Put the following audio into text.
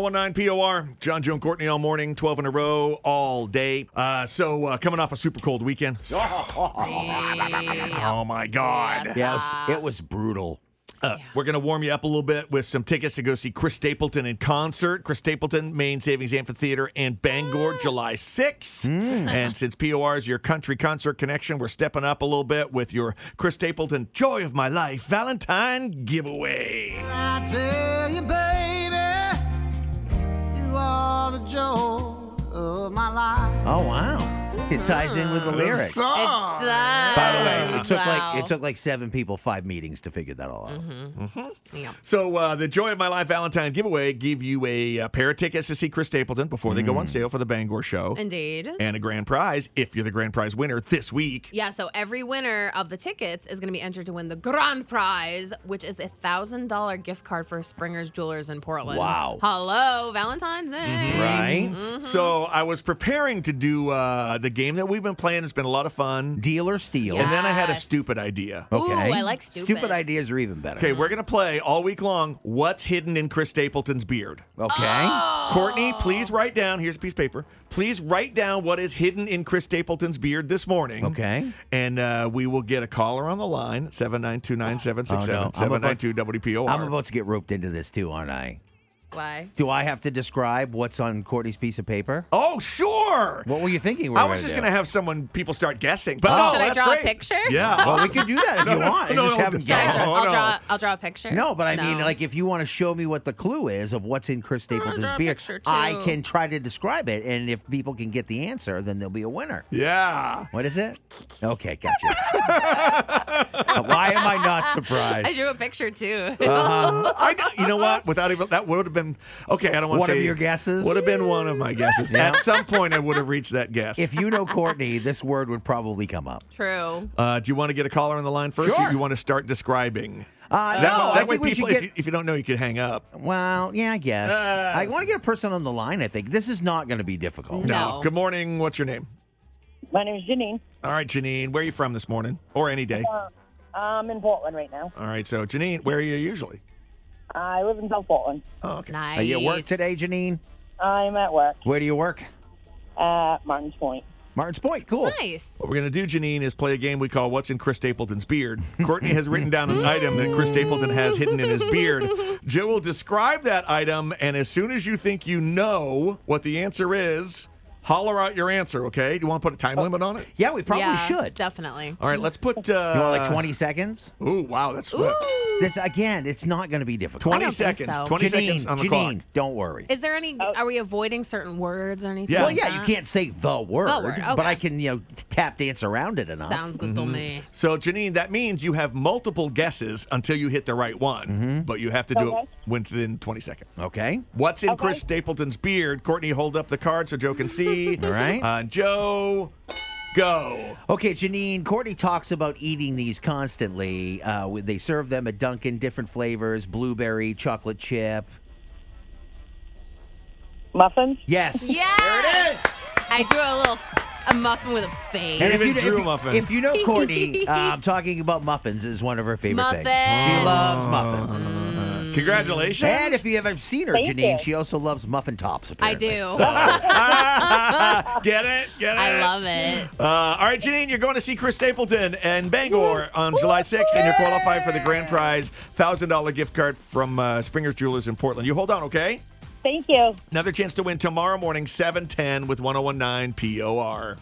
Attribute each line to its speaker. Speaker 1: 1019 POR, John, Joan, Courtney all morning, 12 in a row, all day. Uh, so, uh, coming off a super cold weekend. Oh, my God.
Speaker 2: Yes, it was brutal.
Speaker 1: Uh, We're going to warm you up a little bit with some tickets to go see Chris Stapleton in concert. Chris Stapleton, Main Savings Amphitheater in Bangor, July 6th. And since POR is your country concert connection, we're stepping up a little bit with your Chris Stapleton Joy of My Life Valentine giveaway.
Speaker 3: I tell you, baby, you are the joy of my life. Mm.
Speaker 2: Oh wow! It ties in with the lyrics.
Speaker 3: Song.
Speaker 2: By the way, it took
Speaker 4: Wow.
Speaker 2: like it took like seven people five meetings to figure that all out.
Speaker 1: Mm-hmm. So uh, the Joy of My Life Valentine giveaway give you a, uh pair of tickets to see Chris Stapleton before they go on sale for the Bangor show,
Speaker 4: Indeed.
Speaker 1: and a grand prize if you're the grand prize winner this week.
Speaker 4: Yeah, so every winner of the tickets is going to be entered to win the grand prize, which is a thousand dollar gift card for Springer's Jewelers in Portland.
Speaker 2: Wow. Mm-hmm.
Speaker 4: Hello, Valentine's Day.
Speaker 2: Right?
Speaker 1: So I was preparing to do uh, the game that we've been playing. It's been a lot of fun,
Speaker 2: Deal or steal?
Speaker 1: and then I had a
Speaker 4: Yes.
Speaker 1: stupid idea.
Speaker 4: Ooh, I like stupid.
Speaker 2: Stupid ideas are even better.
Speaker 1: Okay, we're gonna play all week long. What's hidden in Chris Stapleton's beard?
Speaker 2: Okay.
Speaker 1: Oh.
Speaker 2: Oh.
Speaker 1: Courtney, please write down. Here's a piece of paper. Please write down what is hidden in Chris Stapleton's beard this morning.
Speaker 2: Okay.
Speaker 1: And uh, we will get a caller on the line, 792-9767,
Speaker 2: Oh, no. I'm about-
Speaker 1: 792-WPOR.
Speaker 2: I'm about to get roped into this too, aren't I?
Speaker 4: Why?
Speaker 2: Do I have to describe what's on Courtney's piece of paper?
Speaker 1: oh, sure.
Speaker 2: What were you thinking? We were
Speaker 1: I was just
Speaker 2: do?
Speaker 1: going to have someone, people start guessing. But
Speaker 4: Oh,
Speaker 1: no,
Speaker 4: should I
Speaker 1: that's
Speaker 4: draw a
Speaker 1: great.
Speaker 4: picture?
Speaker 1: Yeah.
Speaker 2: Well, we could do that if you want. and
Speaker 1: no,
Speaker 2: just
Speaker 1: no,
Speaker 2: have them
Speaker 4: Should I
Speaker 2: guess.
Speaker 4: draw,
Speaker 1: Oh,
Speaker 4: I'll
Speaker 1: no.
Speaker 4: draw. I'll draw a picture.
Speaker 2: No, but I mean,
Speaker 4: No. Oh,
Speaker 2: like, if you want to show me what the clue is of what's in Chris Stapleton's
Speaker 4: draw a
Speaker 2: beard,
Speaker 4: picture,
Speaker 2: I
Speaker 4: too.
Speaker 2: can try to describe it, and if people can get the answer, then there'll be a winner.
Speaker 1: yeah.
Speaker 2: What is it? Okay, gotcha. Why am I not surprised?
Speaker 4: I drew a picture too.
Speaker 1: Uh, I, don't- you know what? Without even that would have been okay. I don't want to
Speaker 2: Uh-huh. One
Speaker 1: say
Speaker 2: of your guesses?
Speaker 1: Would have been one of my guesses.
Speaker 2: Yeah.
Speaker 1: At some point, I would have reached that guess.
Speaker 2: if you know Courtney, this word would probably come up.
Speaker 4: True.
Speaker 1: uh, do you want to get a caller on the line first? or
Speaker 2: Sure.
Speaker 1: you want to start describing?
Speaker 2: Uh,
Speaker 1: That,
Speaker 2: no,
Speaker 1: that
Speaker 2: I
Speaker 1: way,
Speaker 2: think we
Speaker 1: people,
Speaker 2: should
Speaker 1: if,
Speaker 2: get.
Speaker 1: you, if you don't know, you could hang up.
Speaker 2: well, yeah, I guess.
Speaker 1: Uh,
Speaker 2: I want to get a person on the line. I think this is not going to be difficult.
Speaker 4: No.
Speaker 1: Good morning. What's your name?
Speaker 5: My name is Janine.
Speaker 1: All right, Janine. Where are you from this morning or any day?
Speaker 5: I'm in Portland right now.
Speaker 1: All right. So, Janine, where are you usually?
Speaker 5: I live in South Portland.
Speaker 1: Oh, okay.
Speaker 4: Nice.
Speaker 2: Are you at work today, Janine?
Speaker 5: I'm at work
Speaker 2: Where do you work?
Speaker 5: at Martin's Point.
Speaker 2: Martin's Point. Cool.
Speaker 4: Nice.
Speaker 1: What we're going to do, Janine, is play a game we call What's in Chris Stapleton's Beard. Courtney has written down an item that Chris Stapleton has hidden in his beard. Joe will describe that item, and as soon as you think you know what the answer is, holler out your answer, okay? Do you want to put a time limit on it?
Speaker 2: Yeah, we probably
Speaker 4: yeah,
Speaker 2: should.
Speaker 4: Definitely.
Speaker 1: All right, let's put. Uh,
Speaker 2: You want like 20 seconds?
Speaker 1: Ooh, wow, that's.
Speaker 2: This again, it's not going to be difficult.
Speaker 1: 20
Speaker 4: don't think
Speaker 1: seconds.
Speaker 4: so.
Speaker 1: 20
Speaker 2: Janine,
Speaker 1: seconds on the
Speaker 2: Janine,
Speaker 1: clock.
Speaker 2: don't worry.
Speaker 4: Is there any? Are we avoiding certain words or anything?
Speaker 1: Yeah.
Speaker 2: well,
Speaker 4: like
Speaker 2: yeah, you
Speaker 4: that?
Speaker 2: can't say the word,
Speaker 4: word,
Speaker 2: but
Speaker 4: okay.
Speaker 2: I can, you know, tap dance around it enough.
Speaker 4: Sounds good
Speaker 2: Mm-hmm.
Speaker 4: to me.
Speaker 1: So, Janine, that means you have multiple guesses until you hit the right one,
Speaker 2: Mm-hmm.
Speaker 1: but you have to do it
Speaker 5: Okay.
Speaker 1: within 20 seconds.
Speaker 2: okay.
Speaker 1: What's in
Speaker 5: Okay.
Speaker 1: Chris Stapleton's beard? Courtney, hold up the card so Joe can see.
Speaker 2: All right.
Speaker 1: Uh, Joe, go.
Speaker 2: Okay, Janine, Courtney talks about eating these constantly. Uh, we- they serve them at Dunkin', different flavors blueberry, chocolate chip.
Speaker 5: Muffins?
Speaker 2: Yes.
Speaker 4: Yeah. There it is. I drew a little a muffin with a face.
Speaker 1: And
Speaker 2: if
Speaker 1: Even
Speaker 2: you,
Speaker 1: Drew
Speaker 2: if you-
Speaker 1: muffin.
Speaker 2: If you know Courtney, uh, I'm talking about muffins is one of her favorite things. She
Speaker 4: Muffins.
Speaker 2: loves muffins.
Speaker 1: Oh.
Speaker 4: Mm.
Speaker 1: Congratulations.
Speaker 2: And if you haven't seen her,
Speaker 5: Thank
Speaker 2: Janine,
Speaker 5: you.
Speaker 2: she also loves muffin tops.
Speaker 4: I
Speaker 2: Apparently.
Speaker 4: do.
Speaker 1: get it, get it.
Speaker 4: I love it.
Speaker 1: Uh, all right, Janine, you're going to see Chris Stapleton and Bangor on July 6th, and you're qualified for the grand prize $1,000 gift card from uh, Springer's Jewelers in Portland. You hold on, okay?
Speaker 5: Thank you.
Speaker 1: oh Another chance to win tomorrow morning, 710 with 1019 POR.